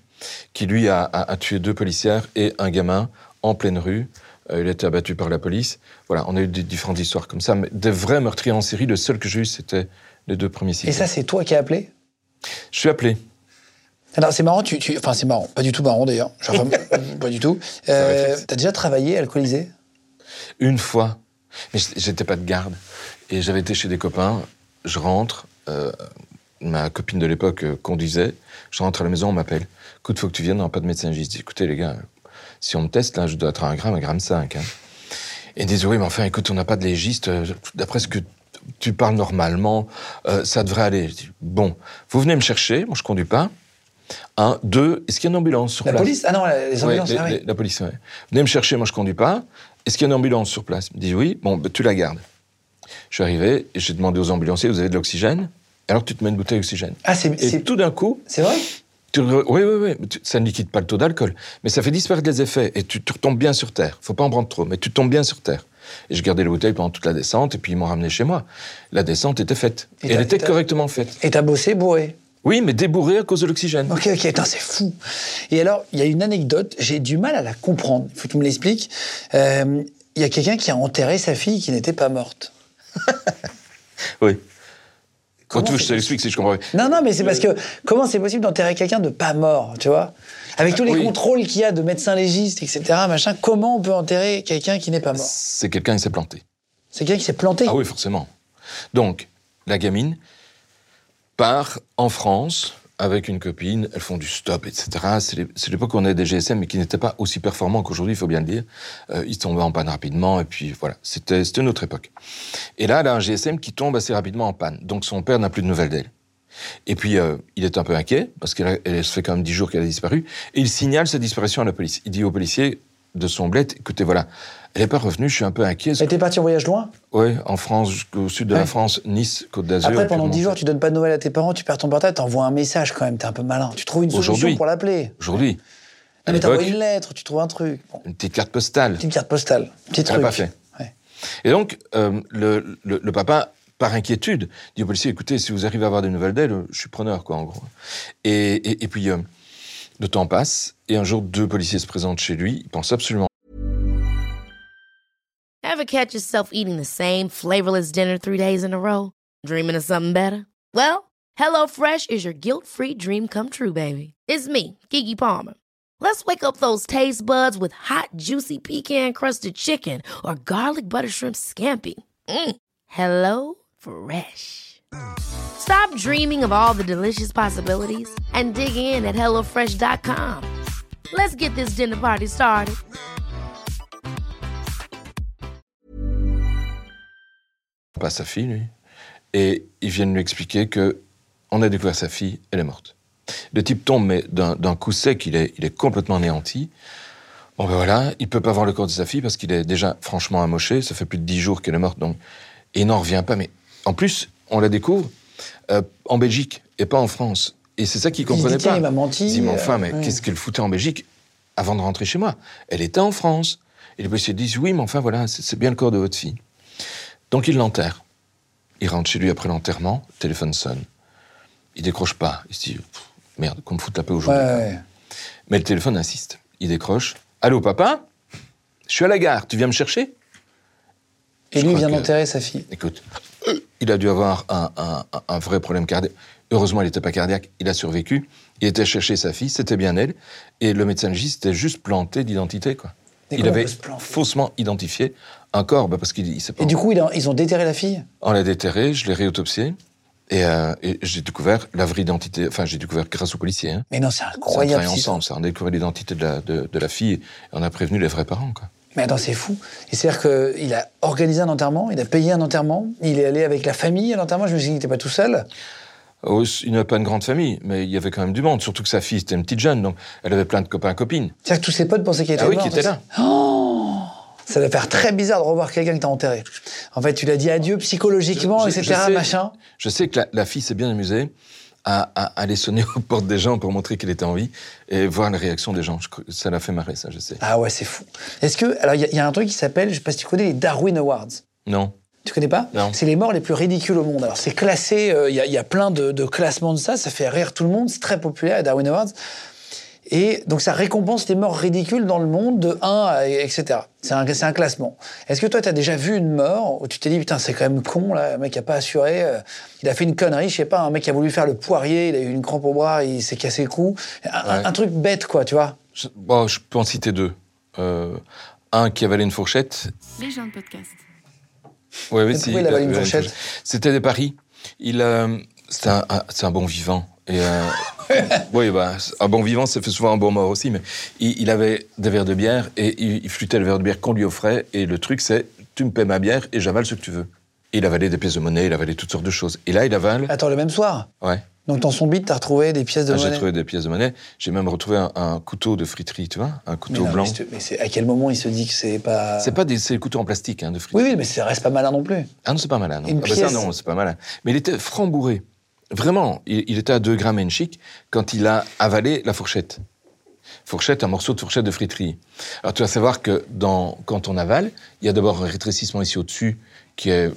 Speaker 5: qui lui a, a- a tué deux policières et un gamin en pleine rue. Euh, il a été abattu par la police. Voilà, on a eu des différentes histoires comme ça, mais des vrais meurtriers en série, le seul que j'ai eu, c'était les deux premiers
Speaker 1: Et
Speaker 5: cités.
Speaker 1: ça, c'est toi qui as appelé
Speaker 5: Je suis appelé.
Speaker 1: Alors, c'est marrant, tu, tu- enfin, c'est marrant, pas du tout marrant d'ailleurs, Genre, enfin, pas du tout. Euh,
Speaker 5: réflexe.
Speaker 1: T'as déjà travaillé alcoolisé
Speaker 5: Une fois, mais j'- j'étais pas de garde. Et j'avais été chez des copains, je rentre, euh, ma copine de l'époque euh, conduisait, je rentre à la maison, on m'appelle. Écoute, faut que tu viennes, on n'a pas de médecin. Je dis, écoutez les gars, euh, si on me teste, là, je dois être à un gramme, un gramme 5. Et ils disent, oui, mais enfin, écoute, on n'a pas de légiste, euh, d'après ce que tu parles normalement, euh, ça devrait aller. Je dis, bon, vous venez me chercher, moi je conduis pas. Un, deux, est-ce qu'il y a une ambulance sur
Speaker 1: La
Speaker 5: place
Speaker 1: police Ah non, la- les
Speaker 5: Ouais,
Speaker 1: ambulances,
Speaker 5: les-
Speaker 1: ah oui.
Speaker 5: les- La police, ouais. Venez me chercher, moi je conduis pas. Est-ce qu'il y a une ambulance sur place Il me dit oui, bon, bah, tu la gardes. Je suis arrivé, et j'ai demandé aux ambulanciers, vous avez de l'oxygène Alors tu te mets une bouteille d'oxygène.
Speaker 1: Ah, c'est-
Speaker 5: Et
Speaker 1: c'est
Speaker 5: tout d'un coup,
Speaker 1: c'est vrai
Speaker 5: tu re- oui, oui, oui, mais tu- ça ne liquide pas le taux d'alcool, mais ça fait disparaître les effets et tu, tu retombes bien sur terre. Faut pas en prendre trop, mais tu tombes bien sur terre. Et je gardais la bouteille pendant toute la descente et puis ils m'ont ramené chez moi. La descente était faite.
Speaker 1: Et
Speaker 5: Et
Speaker 1: t'as-
Speaker 5: Elle était
Speaker 1: t'as-
Speaker 5: correctement faite.
Speaker 1: Et t'as bossé bourré
Speaker 5: Oui, mais débourrée à cause de l'oxygène.
Speaker 1: Ok, ok, putain, c'est fou. Et alors, il y a une anecdote, j'ai du mal à la comprendre, il faut que tu me l'expliques. Euh, Il y a quelqu'un qui a enterré sa fille qui n'était pas morte.
Speaker 5: Oui. Quand
Speaker 1: Comment
Speaker 5: tu veux,
Speaker 1: c'est
Speaker 5: je te l'explique si je comprends. pas.
Speaker 1: Non, non, mais c'est parce
Speaker 5: Euh.
Speaker 1: que comment c'est possible d'enterrer quelqu'un de pas mort, tu vois Avec tous les
Speaker 5: Ah oui.
Speaker 1: contrôles qu'il y a de médecins légistes, etc., machin, comment on peut enterrer quelqu'un qui n'est pas mort
Speaker 5: C'est quelqu'un qui s'est planté.
Speaker 1: C'est quelqu'un qui s'est planté.
Speaker 5: Ah oui, forcément. Donc, la gamine part en France avec une copine, elles font du stop, etc. C'est l'é- C'est l'époque où on avait des GSM, mais qui n'étaient pas aussi performants qu'aujourd'hui, il faut bien le dire. Euh, ils tombaient en panne rapidement, et puis voilà, c'était c'était une autre époque. Et là, elle a un GSM qui tombe assez rapidement en panne, donc son père n'a plus de nouvelles d'elle. Et puis, euh, il est un peu inquiet, parce qu'elle a- elle se fait quand même 10 jours qu'elle a disparu, et il signale sa disparition à la police. Il dit au policier de son bled, écoutez, voilà, elle n'est pas revenue, je suis un peu inquiet.
Speaker 1: Elle était partie en voyage loin.
Speaker 5: Ah Oui, en France, jusqu'au sud de
Speaker 1: Ouais.
Speaker 5: la France, Nice, Côte d'Azur.
Speaker 1: Après,
Speaker 5: et puis
Speaker 1: pendant 10
Speaker 5: remonter.
Speaker 1: jours, tu donnes pas de nouvelles à tes parents, tu perds ton portable, t'envoies un message quand même, t'es un peu malin. Tu trouves une solution
Speaker 5: Aujourd'hui.
Speaker 1: pour l'appeler.
Speaker 5: Aujourd'hui, à
Speaker 1: Non, Ah, mais t'envoies
Speaker 5: l'époque,
Speaker 1: une lettre, tu trouves un truc. Bon,
Speaker 5: une petite carte postale.
Speaker 1: petite carte postale, petit
Speaker 5: Elle l'a
Speaker 1: truc.
Speaker 5: pas fait.
Speaker 1: Ouais.
Speaker 5: Et donc, euh, le, le- le papa, par inquiétude, dit au policier écoutez, si vous arrivez à avoir des nouvelles d'elle, je suis preneur, quoi, en gros. Et, et- et puis, euh, le temps passe, et un jour, deux policiers se présentent chez lui. Ils pensent absolument
Speaker 4: Ever catch yourself eating the same flavorless dinner three days in a row? Dreaming of something better? Well, HelloFresh is your guilt free dream come true, baby. It's me, Kiki Palmer. Let's wake up those taste buds with hot, juicy pecan crusted chicken or garlic butter shrimp scampi. Mm. Hello Fresh. Stop dreaming of all the delicious possibilities and dig in at HelloFresh.com. Let's get this dinner party started.
Speaker 5: pas sa fille, lui. Et ils viennent lui expliquer que on a découvert sa fille, elle est morte. Le type tombe, mais d'un d'un coup sec, il est, il est complètement anéanti. Bon ben voilà, il peut pas voir le corps de sa fille parce qu'il est déjà franchement amoché, ça fait plus de dix jours qu'elle est morte, donc... Et il n'en revient pas, mais en plus, on la découvre euh, en Belgique et pas en France. Et c'est ça qu'il
Speaker 1: se dit,
Speaker 5: comprenait
Speaker 1: tiens,
Speaker 5: pas.
Speaker 1: il m'a menti,
Speaker 5: Il dit, mais
Speaker 1: euh,
Speaker 5: enfin, mais
Speaker 1: ouais.
Speaker 5: qu'est-ce qu'elle foutait en Belgique avant de rentrer chez moi Elle était en France. Et les policiers disent, oui, mais enfin voilà, c'est c'est bien le corps de votre fille. Donc il l'enterre. Il rentre chez lui après l'enterrement, le téléphone sonne. Il décroche pas. Il se dit, Pff, merde, qu'on me foute la paix
Speaker 1: Ouais,
Speaker 5: aujourd'hui.
Speaker 1: ouais.
Speaker 5: Mais le téléphone insiste. Il décroche. Allô, papa Je suis à la gare, tu viens me chercher
Speaker 1: Et
Speaker 5: Je
Speaker 1: lui
Speaker 5: crois
Speaker 1: vient
Speaker 5: que-
Speaker 1: d'enterrer sa fille.
Speaker 5: Écoute, il a dû avoir un, un- un vrai problème cardiaque. Heureusement, il n'était pas cardiaque, il a survécu. Il était chercher sa fille, c'était bien elle. Et le médecin légiste était juste planté d'identité, quoi.
Speaker 1: Mais
Speaker 5: il
Speaker 1: comment on
Speaker 5: avait
Speaker 1: peut se planter
Speaker 5: faussement identifié un corps, bah, parce qu'il il sait pas.
Speaker 1: Et du coup, il a- ils ont déterré la fille
Speaker 5: On l'a déterré, je l'ai réautopsié. Et, euh, et j'ai découvert la vraie identité, enfin j'ai découvert grâce aux policiers. Hein.
Speaker 1: Mais non, c'est
Speaker 5: Ça, On
Speaker 1: incroyable.
Speaker 5: travaille
Speaker 1: cette histoire.
Speaker 5: ensemble, ça. On a découvert l'identité de la, de, de la fille et on a prévenu les vrais parents. Quoi.
Speaker 1: Mais attends, c'est fou. Et c'est-à-dire qu'il a organisé un enterrement, il a payé un enterrement, il est allé avec la famille à l'enterrement. Je me suis dit qu'il n'était pas tout seul.
Speaker 5: Oh, c- il n'avait pas une grande famille, mais il y avait quand même du monde, surtout que sa fille c'était une petite jeune, donc elle avait plein de copains et copines.
Speaker 1: C'est-à-dire que tous ses potes pensaient qu'il était
Speaker 5: Ah oui,
Speaker 1: mort.
Speaker 5: qui était là.
Speaker 1: Ça doit faire très bizarre de revoir quelqu'un que t'as enterré. En fait, tu l'as dit adieu psychologiquement,
Speaker 5: Je- je-
Speaker 1: etc.,
Speaker 5: je sais-
Speaker 1: machin.
Speaker 5: Je sais que la, la fille s'est bien amusée à, à aller sonner aux portes des gens pour montrer qu'elle était en vie et voir les réactions des gens. Je cr- ça l'a fait marrer, ça, je sais.
Speaker 1: Ah ouais, c'est fou. Est-ce que... Alors, il y, a- il y a un truc qui s'appelle, je sais pas si tu connais, les Darwin Awards.
Speaker 5: Non.
Speaker 1: Tu connais pas
Speaker 5: Non.
Speaker 1: C'est les morts les plus ridicules au monde. Alors c'est classé, euh, il y, a- il y a plein de, de classements de ça, ça fait rire tout le monde, c'est très populaire à Darwin Awards. Et donc ça récompense les morts ridicules dans le monde de 1 à etc. C'est un, c'est un classement. Est-ce que toi t'as déjà vu une mort où tu t'es dit putain c'est quand même con là, le mec a pas assuré, euh, il a fait une connerie, je sais pas, un mec a voulu faire le poirier, il a eu une crampe au bras, il s'est cassé le cou, un, un-
Speaker 5: Ouais.
Speaker 1: un truc bête quoi, tu vois.
Speaker 5: Je, bon, je peux en citer deux. Euh, un qui avalait une fourchette.
Speaker 6: Les gens de podcast.
Speaker 5: Ouais, oui,
Speaker 1: Mais
Speaker 5: si,
Speaker 1: pourquoi il avalait une
Speaker 5: avalait
Speaker 1: fourchette
Speaker 5: C'était des paris. Il, euh, c'est un, un- c'est un bon vivant. Et euh, oui, bah, un bon vivant, ça fait souvent un bon mort aussi. Mais il, il avait des verres de bière et il, il flûtait le verre de bière qu'on lui offrait. Et le truc, c'est tu me paies ma bière et j'avale ce que tu veux. Et il avalait des pièces de monnaie, il avalait toutes sortes de choses. Et là, il avale.
Speaker 1: Attends le même soir.
Speaker 5: Ouais.
Speaker 1: Donc dans son bide t'as retrouvé des pièces de
Speaker 5: Ah,
Speaker 1: monnaie.
Speaker 5: J'ai trouvé des pièces de monnaie. J'ai même retrouvé un, un couteau de friterie, tu vois, un
Speaker 1: Mais
Speaker 5: couteau
Speaker 1: non,
Speaker 5: blanc.
Speaker 1: mais c'est- mais c'est à quel moment il se dit que c'est pas.
Speaker 5: C'est pas des, c'est des couteaux en plastique hein, de friterie.
Speaker 1: Oui, oui, mais ça reste pas malin non plus.
Speaker 5: Ah non, c'est pas malin. Non.
Speaker 1: Une
Speaker 5: Ah bah ça,
Speaker 1: pièce.
Speaker 5: non, c'est pas malin. Mais il était frambourré. Vraiment, il, il était à 2 grammes et une chic quand il a avalé la fourchette. Fourchette, un morceau de fourchette de friterie. Alors tu vas savoir que dans, quand on avale, il y a d'abord un rétrécissement ici au-dessus qui est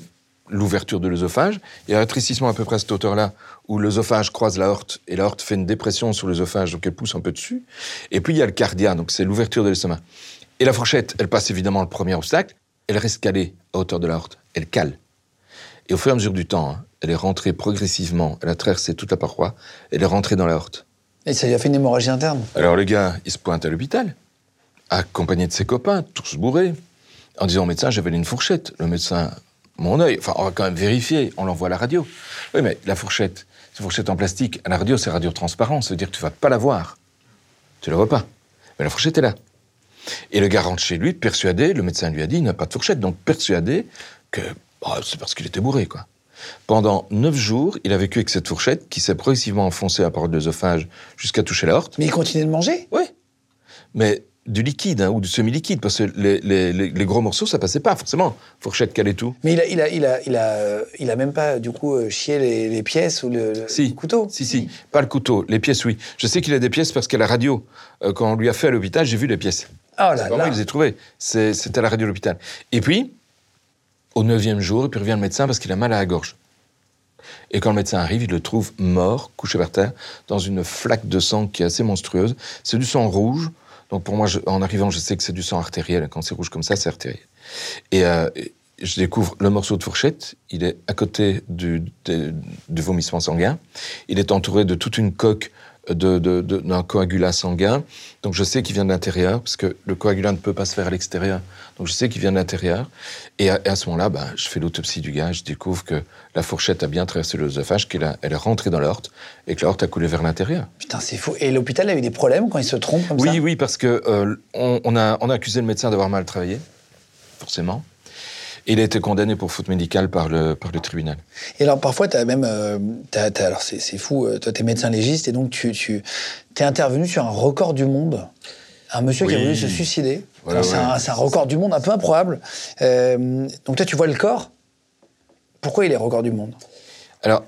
Speaker 5: l'ouverture de l'œsophage. Il y a un rétrécissement à peu près à cette hauteur-là où l'œsophage croise la horte et la horte fait une dépression sur l'œsophage, donc elle pousse un peu dessus. Et puis il y a le cardia, donc c'est l'ouverture de l'estomac. Et la fourchette, elle passe évidemment le premier obstacle, elle reste calée à hauteur de la horte, elle cale. Et au fur et à mesure du temps, hein, elle est rentrée progressivement, elle a traversé toute la paroi, elle est rentrée dans la horte.
Speaker 1: Et ça lui a fait une hémorragie interne.
Speaker 5: Alors le gars, il se pointe à l'hôpital, accompagné de ses copains, tous bourrés, en disant au médecin, j'avais une fourchette. Le médecin, mon œil, enfin, on va quand même vérifier, on l'envoie à la radio. Oui, mais la fourchette, c'est une fourchette en plastique, à la radio, c'est radio transparent, ça veut dire que tu vas pas la voir. Tu la vois pas. Mais la fourchette est là. Et le gars rentre chez lui, persuadé, le médecin lui a dit, il n'a pas de fourchette, donc persuadé que bah, c'est parce qu'il était bourré, quoi. Pendant neuf jours, il a vécu avec cette fourchette qui s'est progressivement enfoncée à parole de l'œsophage jusqu'à toucher la horte.
Speaker 1: Mais il continuait de manger.
Speaker 5: Oui. Mais du liquide, hein, ou du semi-liquide, parce que les, les- les- les gros morceaux, ça passait pas, forcément. Fourchette, calait tout.
Speaker 1: Mais il a, il a, il a, il a, euh, il a même pas, du coup, euh, chié les, les pièces ou le, le-
Speaker 5: Si.
Speaker 1: le couteau.
Speaker 5: Si, si. Pas le couteau, les pièces, oui. Je sais qu'il a des pièces parce qu'à la radio, euh, quand on lui a fait à l'hôpital, j'ai vu les pièces.
Speaker 1: Oh
Speaker 5: C'est
Speaker 1: là
Speaker 5: pas moi
Speaker 1: là.
Speaker 5: qui les ai trouvées. C'est- C'était à la radio de l'hôpital. Et puis, au neuvième jour, il puis revient le médecin parce qu'il a mal à la gorge. Et quand le médecin arrive, il le trouve mort, couché par terre, dans une flaque de sang qui est assez monstrueuse. C'est du sang rouge. Donc pour moi, je- en arrivant, je sais que c'est du sang artériel. Quand c'est rouge comme ça, c'est artériel. Et euh, et je découvre le morceau de fourchette. Il est à côté du, des- du vomissement sanguin. Il est entouré de toute une coque euh, de- de- de- d'un coagulat sanguin. Donc je sais qu'il vient de l'intérieur, parce que le coagulat ne peut pas se faire à l'extérieur. Donc je sais qu'il vient de l'intérieur. Et à, et à ce moment-là, ben, je fais l'autopsie du gars. Je découvre que la fourchette a bien traversé l'œsophage, qu'elle a- elle est rentrée dans l'horte et que la horte a coulé vers l'intérieur.
Speaker 1: Putain, c'est fou. Et l'hôpital a eu des problèmes quand il se trompe comme
Speaker 5: Oui,
Speaker 1: ça.
Speaker 5: oui, parce que euh, on, on a, on a accusé le médecin d'avoir mal travaillé, forcément. Et il a été condamné pour faute médicale par le, par le tribunal.
Speaker 1: Et alors, parfois, tu as même. euh, t'as- t'as- alors, c'est c'est fou, euh, toi, tu es médecin légiste et donc tu, tu es intervenu sur un record du monde. Un monsieur qui a
Speaker 5: Oui.
Speaker 1: voulu se suicider.
Speaker 5: Voilà,
Speaker 1: Donc, c'est
Speaker 5: ouais.
Speaker 1: un, c'est un record du monde un peu improbable. Euh, donc, toi, tu vois le corps. Pourquoi il est record du monde
Speaker 5: Alors,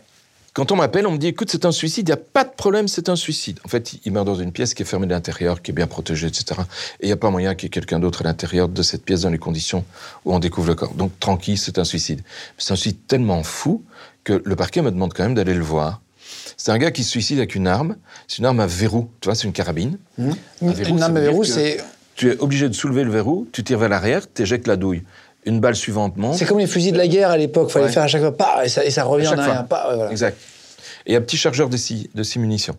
Speaker 5: quand on m'appelle, on me dit écoute, c'est un suicide, il n'y a pas de problème, c'est un suicide. En fait, il meurt dans une pièce qui est fermée de l'intérieur, qui est bien protégée, etc. Et il n'y a pas moyen qu'il y ait quelqu'un d'autre à l'intérieur de cette pièce dans les conditions où on découvre le corps. Donc, tranquille, c'est un suicide. C'est un suicide tellement fou que le parquet me demande quand même d'aller le voir. C'est un gars qui se suicide avec une arme. C'est une arme à verrou, tu vois, c'est une carabine. Un verrou,
Speaker 1: Une
Speaker 5: ça
Speaker 1: arme
Speaker 5: veut
Speaker 1: à
Speaker 5: dire
Speaker 1: verrou,
Speaker 5: que
Speaker 1: c'est
Speaker 5: Tu es obligé de soulever le verrou, tu tires vers l'arrière, tu éjectes la douille. Une balle suivante monte.
Speaker 1: c'est comme les fusils de la guerre à l'époque. fallait
Speaker 5: Ouais.
Speaker 1: faire à chaque fois, pas, et ça, et ça revient
Speaker 5: chaque
Speaker 1: en
Speaker 5: fois.
Speaker 1: arrière, pas, ouais, voilà.
Speaker 5: Exact. Et un petit chargeur de six, de six munitions.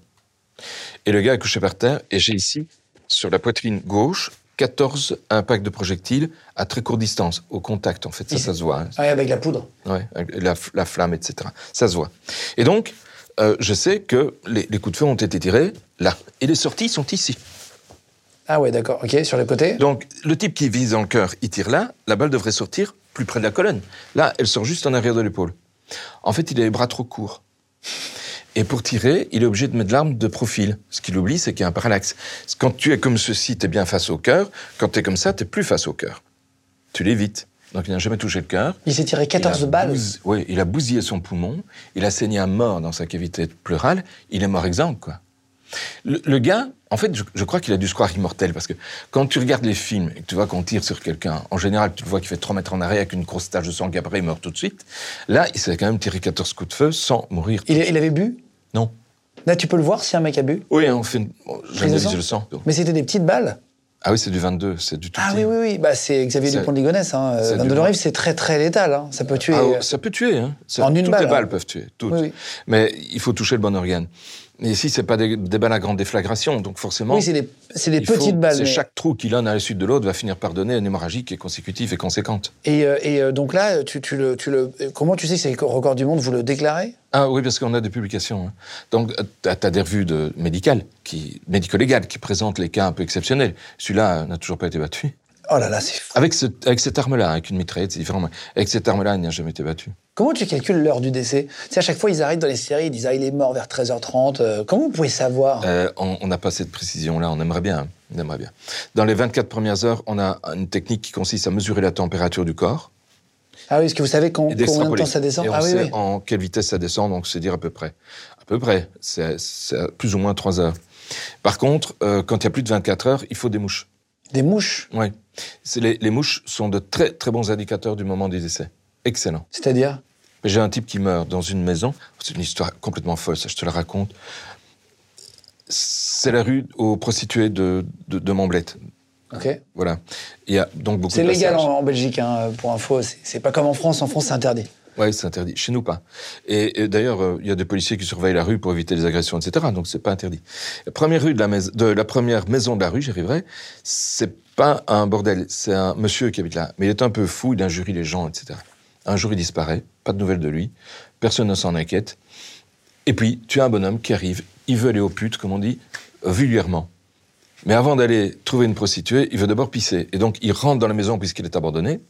Speaker 5: Et le gars est couché par terre, et j'ai ici, sur la poitrine gauche, 14 impacts de projectiles à très courte distance, au contact en fait, ça,
Speaker 1: Et
Speaker 5: ça se voit. hein.
Speaker 1: Ah Ouais, avec la poudre.
Speaker 5: Ouais, la, la flamme, etc. Ça se voit. Et donc, euh, je sais que les, les coups de feu ont été tirés là. Et les sorties sont ici.
Speaker 1: Ah ouais, d'accord, ok, sur les côtés.
Speaker 5: Donc, le type qui vise dans le cœur, il tire là, la balle devrait sortir plus près de la colonne. Là, elle sort juste en arrière de l'épaule. En fait, il a les bras trop courts. Et pour tirer, il est obligé de mettre l'arme de profil. Ce qu'il oublie, c'est qu'il y a un parallaxe. Quand tu es comme ceci, tu es bien face au cœur. Quand tu es comme ça, tu plus face au cœur. Tu l'évites. Donc, il n'a jamais touché le cœur.
Speaker 1: Il s'est tiré 14
Speaker 5: Il a
Speaker 1: balles.
Speaker 5: bousillé- Oui, il a bousillé son poumon, il a saigné à mort dans sa cavité pleurale, il est mort exempt, quoi. Le, le gars, en fait, je, je crois qu'il a dû se croire immortel, parce que quand tu regardes les films et que tu vois qu'on tire sur quelqu'un, en général, tu le vois qui fait 3 mètres en arrêt avec une grosse tache de sang, qu'après il meurt tout de suite. Là, il s'est quand même tiré 14 coups de feu sans mourir.
Speaker 1: Il, il avait bu
Speaker 5: Non.
Speaker 1: Là, tu peux le voir si un mec a bu.
Speaker 5: Oui, hein, on fait une... bon, j'analyse
Speaker 1: sang
Speaker 5: le sang. donc.
Speaker 1: Mais c'était des petites balles.
Speaker 5: Ah oui, c'est du 22, c'est du tout
Speaker 1: Ah
Speaker 5: petit.
Speaker 1: oui, oui, oui. Bah, c'est Xavier
Speaker 5: C'est-
Speaker 1: Dupont de Ligonnès. Hein.
Speaker 5: c'est
Speaker 1: Euh, Van
Speaker 5: du-
Speaker 1: Delorive, c'est très, très létal. hein. Ça peut tuer.
Speaker 5: Ah,
Speaker 1: euh,
Speaker 5: ça peut tuer, hein. Ça-
Speaker 1: En une
Speaker 5: toutes
Speaker 1: balle,
Speaker 5: les balles
Speaker 1: hein.
Speaker 5: peuvent tuer, toutes.
Speaker 1: Oui, oui.
Speaker 5: Mais il faut toucher le bon organe. Et ici, c'est pas des, des balles à grande déflagration, donc forcément.
Speaker 1: oui, c'est des, c'est des
Speaker 5: il faut-
Speaker 1: petites balles.
Speaker 5: C'est
Speaker 1: mais-
Speaker 5: chaque trou qui l'un à la suite de l'autre va finir par donner une hémorragie qui est consécutive et conséquente.
Speaker 1: Et, euh, et, euh, donc là, tu, tu le, tu le... comment tu sais que c'est le record du monde Vous le déclarez
Speaker 5: Ah oui, parce qu'on a des publications. hein. Donc, tu as des revues de médicales, qui, médico-légales, qui présentent les cas un peu exceptionnels. Celui-là euh, n'a toujours pas été battu.
Speaker 1: Oh là là, c'est fou.
Speaker 5: Avec, ce- avec cette arme-là, avec une mitraillette, c'est différent. mais Avec cette arme-là, il n'a jamais été battu.
Speaker 1: Comment tu calcules l'heure du décès Tu sais, à chaque fois, ils arrivent dans les séries, ils disent Ah, il est mort vers 13h30. Euh, comment vous pouvez savoir
Speaker 5: Euh, on on n'a pas cette précision-là, on aimerait bien. hein, On aimerait bien. Dans les 24 premières heures, on a une technique qui consiste à mesurer la température du corps
Speaker 1: Ah oui, parce que vous savez quand,
Speaker 5: et
Speaker 1: combien de
Speaker 5: d'extrapoler.
Speaker 1: temps ça descend
Speaker 5: Et on
Speaker 1: Ah oui,
Speaker 5: sait
Speaker 1: oui.
Speaker 5: en quelle vitesse ça descend, donc c'est dire à peu près. À peu près, c'est c'est à plus ou moins 3 heures. Par contre, euh, quand il y a plus de 24 heures, il faut des mouches.
Speaker 1: Des mouches,
Speaker 5: Ouais. C'est Les, les mouches sont de très très bons indicateurs du moment des essais. Excellent.
Speaker 1: c'est-à-dire
Speaker 5: Mais J'ai un type qui meurt dans une maison. C'est une histoire complètement folle, ça, je te la raconte. C'est la rue aux prostituées de, de, de Montblette.
Speaker 1: Ok.
Speaker 5: Voilà. Il y a donc beaucoup
Speaker 1: C'est
Speaker 5: de
Speaker 1: légal
Speaker 5: passages.
Speaker 1: en, en Belgique, hein, pour info. C'est c'est pas comme en France. En France, c'est interdit.
Speaker 5: Oui, c'est interdit. Chez nous, pas. Et, et d'ailleurs, euh, il y a des policiers qui surveillent la rue pour éviter les agressions, etc. Donc, c'est pas interdit. La première rue de la, mais- de la première maison de la rue, j'y arriverai, c'est pas un bordel. C'est un monsieur qui habite là. Mais il est un peu fou, il injurie les gens, etc. Un jour, il disparaît. Pas de nouvelles de lui. Personne ne s'en inquiète. Et puis, tu as un bonhomme qui arrive. Il veut aller aux putes, comme on dit, vulgairement. Mais avant d'aller trouver une prostituée, il veut d'abord pisser. Et donc, il rentre dans la maison puisqu'il est abandonné.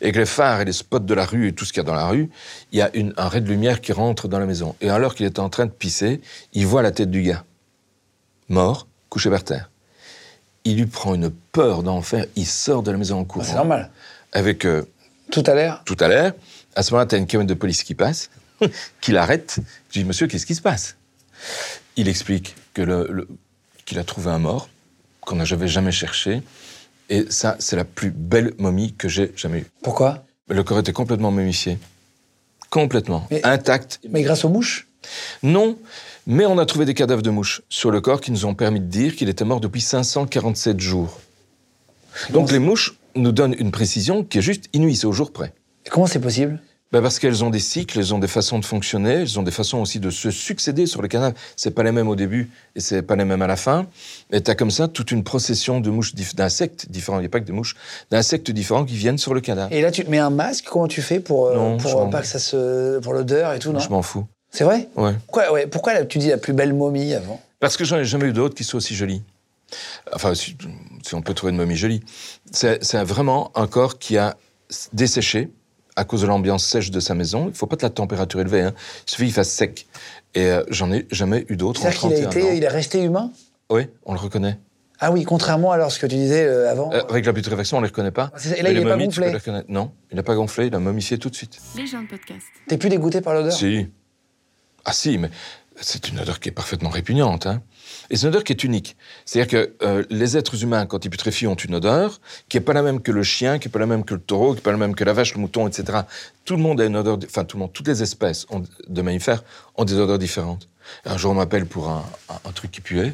Speaker 5: Et avec les phares et les spots de la rue et tout ce qu'il y a dans la rue, il y a une- un ray de lumière qui rentre dans la maison. Et alors qu'il est en train de pisser, il voit la tête du gars. Mort, couché par terre. Il lui prend une peur d'enfer. Il sort de la maison en courant.
Speaker 1: C'est normal.
Speaker 5: Avec euh,
Speaker 1: Tout à l'air.
Speaker 5: tout à l'heure. À ce moment-là, tu as une camionnette de police qui passe, qui l'arrête. Je dis, monsieur, qu'est-ce qui se passe Il explique que le- le- qu'il a trouvé un mort, qu'on n'avait jamais cherché. Et ça, c'est la plus belle momie que j'ai jamais eue.
Speaker 1: Pourquoi
Speaker 5: Mais Le corps était complètement momifié. Complètement.
Speaker 1: Mais-
Speaker 5: Intact.
Speaker 1: Mais grâce aux mouches
Speaker 5: Non, mais on a trouvé des cadavres de mouches sur le corps qui nous ont permis de dire qu'il était mort depuis 547 jours. Donc les mouches nous donnent une précision qui est juste inouïe, c'est au jour près.
Speaker 1: Comment c'est possible
Speaker 5: Ben parce qu'elles ont des cycles, elles ont des façons de fonctionner, elles ont des façons aussi de se succéder sur les canals. C'est pas les mêmes au début et c'est pas les mêmes à la fin. Et t'as comme ça toute une procession de mouches, dif- d'insectes différents, il n'y a pas que des mouches, d'insectes différents qui viennent sur le cadavre.
Speaker 1: Et là, tu te mets un masque, comment tu fais pour, euh,
Speaker 5: Non, je
Speaker 1: pour
Speaker 5: m'en-
Speaker 1: euh, pas que ça se. pour l'odeur et tout, non
Speaker 5: Je m'en fous.
Speaker 1: C'est vrai
Speaker 5: Ouais.
Speaker 1: Pourquoi, ouais, pourquoi là, tu dis la plus belle momie avant
Speaker 5: Parce que j'en ai jamais eu d'autres qui soient aussi jolies. Enfin, si, si on peut trouver une momie jolie. C'est c'est vraiment un corps qui a s- desséché à cause de l'ambiance sèche de sa maison. Il ne faut pas de la température élevée. Hein. Il suffit qu'il fasse sec. Et euh, j'en ai jamais eu d'autres en
Speaker 1: C'est-à-dire qu'il a
Speaker 5: 31
Speaker 1: été,
Speaker 5: ans.
Speaker 1: il est resté humain
Speaker 5: Oui, on le reconnaît.
Speaker 1: Ah oui, contrairement à alors ce que tu disais euh, avant.
Speaker 5: Euh, avec la putréfaction, on ne les reconnaît pas.
Speaker 1: C'est ça, et là,
Speaker 5: Mais
Speaker 1: il
Speaker 5: les
Speaker 1: est pas
Speaker 5: momies, tu peux
Speaker 1: gonflé.
Speaker 5: les reconnaître. Non, il n'a pas gonflé, il a momifié tout de suite.
Speaker 6: Les gens de podcast.
Speaker 1: T'es plus dégoûté par l'odeur
Speaker 5: Si. Ah si, mais c'est une odeur qui est parfaitement répugnante. hein. Et c'est une odeur qui est unique. C'est-à-dire que euh, les êtres humains, quand ils putréfient, ont une odeur qui n'est pas la même que le chien, qui n'est pas la même que le taureau, qui n'est pas la même que la vache, le mouton, etc. Tout le monde a une odeur... di- Enfin, tout le monde, toutes les espèces ont- de mammifères ont des odeurs différentes. Un jour, on m'appelle pour un, un- un truc qui puait.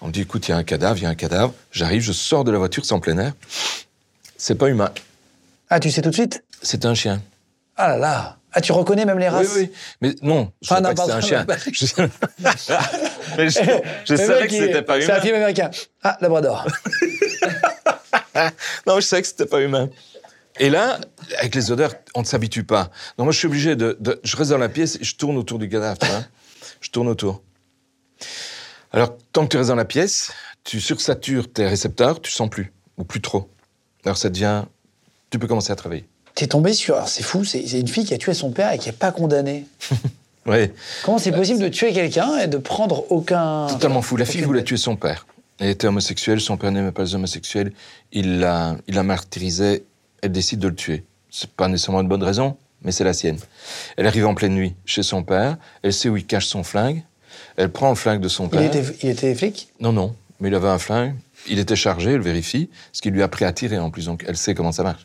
Speaker 5: On me dit, écoute, il y a un cadavre, il y a un cadavre. J'arrive, je sors de la voiture, c'est en plein air. C'est pas humain.
Speaker 1: Ah, tu sais tout de suite
Speaker 5: C'est un chien.
Speaker 1: Ah là là Ah, tu reconnais même les
Speaker 5: Oui,
Speaker 1: races
Speaker 5: oui. Mais non, je
Speaker 1: Ah,
Speaker 5: savais
Speaker 1: non,
Speaker 5: pas que c'était un
Speaker 1: pardon.
Speaker 5: chien. Je- Mais je, je
Speaker 1: Le
Speaker 5: savais
Speaker 1: mec,
Speaker 5: que
Speaker 1: il-
Speaker 5: c'était pas
Speaker 1: C'est un
Speaker 5: humain.
Speaker 1: film américain. Ah, Labrador.
Speaker 5: Non, je savais que c'était pas humain. Et là, avec les odeurs, on ne s'habitue pas. Non, moi, je suis obligé de, de- Je reste dans la pièce et je tourne autour du cadavre, tu vois. Je tourne autour. Alors, tant que tu restes dans la pièce, tu sursatures tes récepteurs, tu sens plus, ou plus trop. Alors, ça devient. Tu peux commencer à travailler.
Speaker 1: T'es tombé sur. alors, c'est fou, c'est c'est une fille qui a tué son père et qui n'est pas condamnée.
Speaker 5: Oui.
Speaker 1: Comment c'est possible de tuer quelqu'un et de prendre aucun.
Speaker 5: Totalement fou. La fille
Speaker 1: Ok.
Speaker 5: voulait tuer son père. Elle était homosexuelle, son père n'aimait pas les homosexuels. Il la, il la martyrisait. Elle décide de le tuer. C'est pas nécessairement une bonne raison, mais c'est la sienne. Elle arrive en pleine nuit chez son père. Elle sait où il cache son flingue. Elle prend le flingue de son
Speaker 1: Il
Speaker 5: père.
Speaker 1: était, il était flic
Speaker 5: Non, non, mais il avait un flingue. Il était chargé, elle vérifie, ce qui lui a pris à tirer en plus, donc elle sait comment ça marche.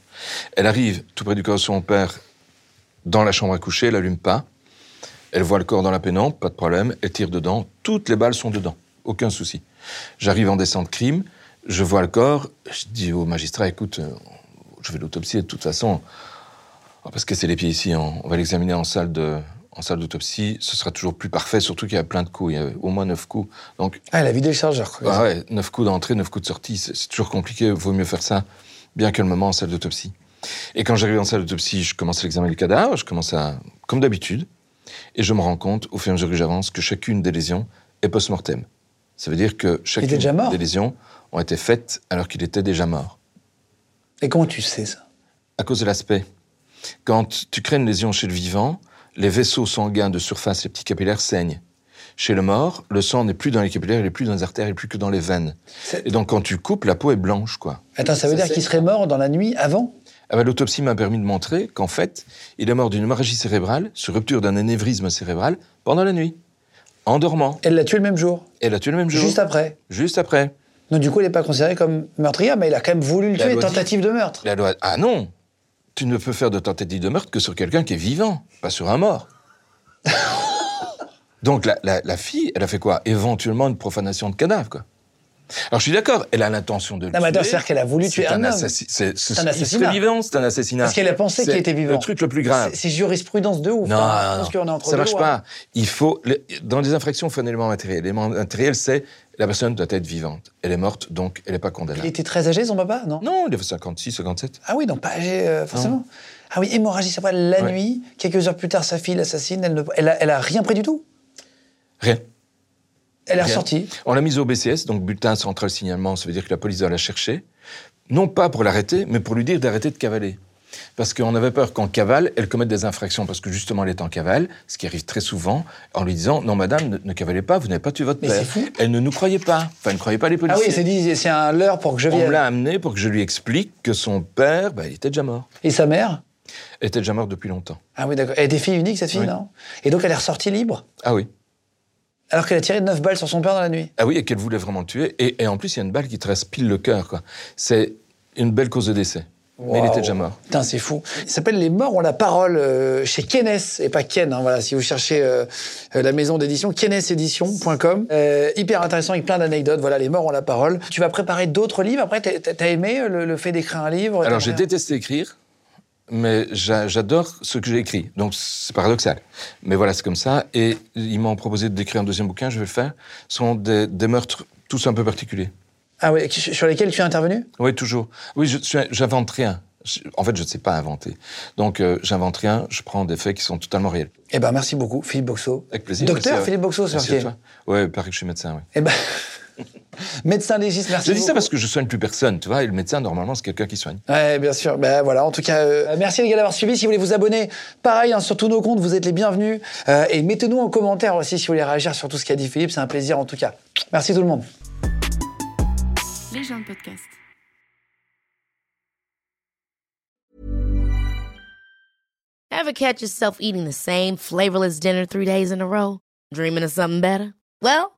Speaker 5: Elle arrive tout près du corps de son père, dans la chambre à coucher, elle allume pas. Elle voit le corps dans la pénombre, pas de problème, elle tire dedans, toutes les balles sont dedans, aucun souci. J'arrive en descente crime, je vois le corps, je dis au magistrat, écoute, euh, je vais l'autopsier de toute façon, ah, parce que c'est les pieds ici, on, on va l'examiner en salle de... En salle d'autopsie, ce sera toujours plus parfait, surtout qu'il y a plein de coups, il y a au moins neuf coups. Donc
Speaker 1: Ah, il a vidé le chargeur. quoi.
Speaker 5: ah ouais, 9 coups d'entrée, 9 coups de sortie, c'est c'est toujours compliqué, vaut mieux faire ça bien que le moment en salle d'autopsie. Et quand j'arrive en salle d'autopsie, je commence à l'examen du cadavre, je commence à, comme d'habitude, et je me rends compte, au fur et à mesure que j'avance, que chacune des lésions est post-mortem. Ça veut dire que chacune
Speaker 1: déjà mort
Speaker 5: des lésions ont été faites alors qu'il était déjà mort,
Speaker 1: Et comment tu sais ça
Speaker 5: à cause de l'aspect. Quand tu crées une lésion chez le vivant, les vaisseaux sanguins de surface, les petits capillaires, saignent. Chez le mort, le sang n'est plus dans les capillaires, il n'est plus dans les artères, il n'est plus que dans les veines.
Speaker 1: C'est-
Speaker 5: Et donc, quand tu coupes, la peau est blanche, quoi.
Speaker 1: Attends, ça veut dire qu'il serait mort dans la nuit avant
Speaker 5: Ah ben, L'autopsie m'a permis de montrer qu'en fait, il est mort d'une hémorragie cérébrale, sur rupture d'un anévrisme cérébral, pendant la nuit, en dormant.
Speaker 1: Elle l'a tué le même jour,
Speaker 5: Elle a tué le même jour.
Speaker 1: juste après.
Speaker 5: Juste après.
Speaker 1: Donc du coup, il n'est pas considéré comme meurtrier, mais il a quand même voulu le
Speaker 5: La
Speaker 1: tuer,
Speaker 5: loi dit-
Speaker 1: tentative de meurtre.
Speaker 5: La loi. Ah non Tu ne peux faire de tentative de meurtre que sur quelqu'un qui est vivant, pas sur un mort. Donc la, la- la fille, elle a fait quoi Éventuellement une profanation de cadavre, quoi. Alors je suis d'accord, elle a l'intention de le
Speaker 1: Non, mais
Speaker 5: tuer.
Speaker 1: attends, c'est-à-dire qu'elle a voulu tuer
Speaker 5: C'est
Speaker 1: un homme.
Speaker 5: assassi- C'est c'est-
Speaker 1: C'est un
Speaker 5: il
Speaker 1: assassinat.
Speaker 5: serait vivant, c'est un assassinat.
Speaker 1: Parce qu'elle a pensé qu'il
Speaker 5: C'est
Speaker 1: était vivant.
Speaker 5: Le truc le plus grave.
Speaker 1: C'est- C'est jurisprudence de ouf.
Speaker 5: Non,
Speaker 1: hein. Je
Speaker 5: non,
Speaker 1: pense qu'on est entre
Speaker 5: ça
Speaker 1: deux
Speaker 5: marche
Speaker 1: lois.
Speaker 5: pas. Il faut le- dans les infractions, il faut un élément matériel. L'élément matériel, c'est la personne doit être vivante. Elle est morte, donc elle n'est pas
Speaker 1: Il
Speaker 5: condamnée.
Speaker 1: était très âgé, son papa, non
Speaker 5: Non, il est 56, 57.
Speaker 1: Ah oui, donc pas âgé, euh, forcément. Ah oui, hémorragie cérébrale la
Speaker 5: Ouais.
Speaker 1: nuit. Quelques heures plus tard, sa fille l'assassine. Elle, ne... elle, a, elle a rien pris du tout.
Speaker 5: Rien.
Speaker 1: Elle est
Speaker 5: Rien.
Speaker 1: ressortie.
Speaker 5: On l'a mise au BCS, donc bulletin central signalement. Ça veut dire que la police doit la chercher, non pas pour l'arrêter, mais pour lui dire d'arrêter de cavaler. Parce qu'on avait peur qu'en cavale, elle commette des infractions, parce que justement, elle est en cavale, ce qui arrive très souvent, en lui disant Non, madame, ne, ne cavalez pas, vous n'avez pas tué votre
Speaker 1: Mais
Speaker 5: père.
Speaker 1: c'est fou.
Speaker 5: Elle ne nous croyait pas. Enfin, elle ne croyait pas les
Speaker 1: Ah
Speaker 5: policiers.
Speaker 1: oui, c'est dit, c'est un leurre pour que je
Speaker 5: On me
Speaker 1: vienne.
Speaker 5: l'a amené pour que je lui explique que son père, bah, il était déjà mort.
Speaker 1: Et sa mère
Speaker 5: Elle était déjà mort depuis longtemps.
Speaker 1: Ah oui, d'accord. Elle était fille unique, cette fille,
Speaker 5: Oui.
Speaker 1: non Et donc, elle est ressortie libre,
Speaker 5: Ah oui.
Speaker 1: alors qu'elle a tiré 9 balles sur son père dans la nuit.
Speaker 5: Ah oui, et qu'elle voulait vraiment le tuer. Et, et en plus, il y a une balle qui trace pile le cœur, quoi. C'est une belle cause de décès. Mais il
Speaker 1: Waouh.
Speaker 5: était déjà mort.
Speaker 1: Putain, c'est fou. Il s'appelle Les Morts ont la parole euh, chez Kenes, et pas Ken. hein, voilà, si vous cherchez euh, euh, la maison d'édition, kenesedition.com. Euh, hyper intéressant avec plein d'anecdotes. Voilà, Les Morts ont la parole. Tu vas préparer d'autres livres. Après, t'as- t'as t'as aimé euh, le, le fait d'écrire un livre
Speaker 5: Alors, j'ai
Speaker 1: t'aimerais-
Speaker 5: détesté écrire, mais j'a- j'adore ce que j'ai écrit. Donc, c'est paradoxal. Mais voilà, c'est comme ça. Et ils m'ont proposé d'écrire un deuxième bouquin, je vais le faire. Ce sont des, des meurtres tous un peu particuliers.
Speaker 1: Ah oui, qui- sur lesquels tu es intervenu
Speaker 5: Oui, toujours. Oui, je suis- j'invente rien. Je- En fait, je ne sais pas inventer. Donc, euh, j'invente rien, je prends des faits qui sont totalement réels.
Speaker 1: Eh ben, merci beaucoup, Philippe Boxo.
Speaker 5: Avec plaisir.
Speaker 1: Docteur
Speaker 5: Merci à-
Speaker 1: Philippe Boxo, c'est
Speaker 5: merci
Speaker 1: marqué.
Speaker 5: à toi. Ouais, il paraît que je suis médecin, oui.
Speaker 1: Eh ben, médecin légiste, merci
Speaker 5: Je dis ça
Speaker 1: beaucoup.
Speaker 5: parce que je soigne plus personne, tu vois, et le médecin, normalement, c'est quelqu'un qui soigne.
Speaker 1: Ouais, bien sûr. Ben voilà, en tout cas, euh, merci les gars d'avoir suivi. Si vous voulez vous abonner, pareil, hein, sur tous nos comptes, vous êtes les bienvenus. Euh, et mettez-nous en commentaire aussi si vous voulez réagir sur tout ce qu'a dit Philippe. C'est un plaisir en tout cas. Merci tout le monde.
Speaker 6: Les gens de podcast.
Speaker 4: Ever catch yourself eating the same flavorless dinner three days in a row? Dreaming of something better? Well,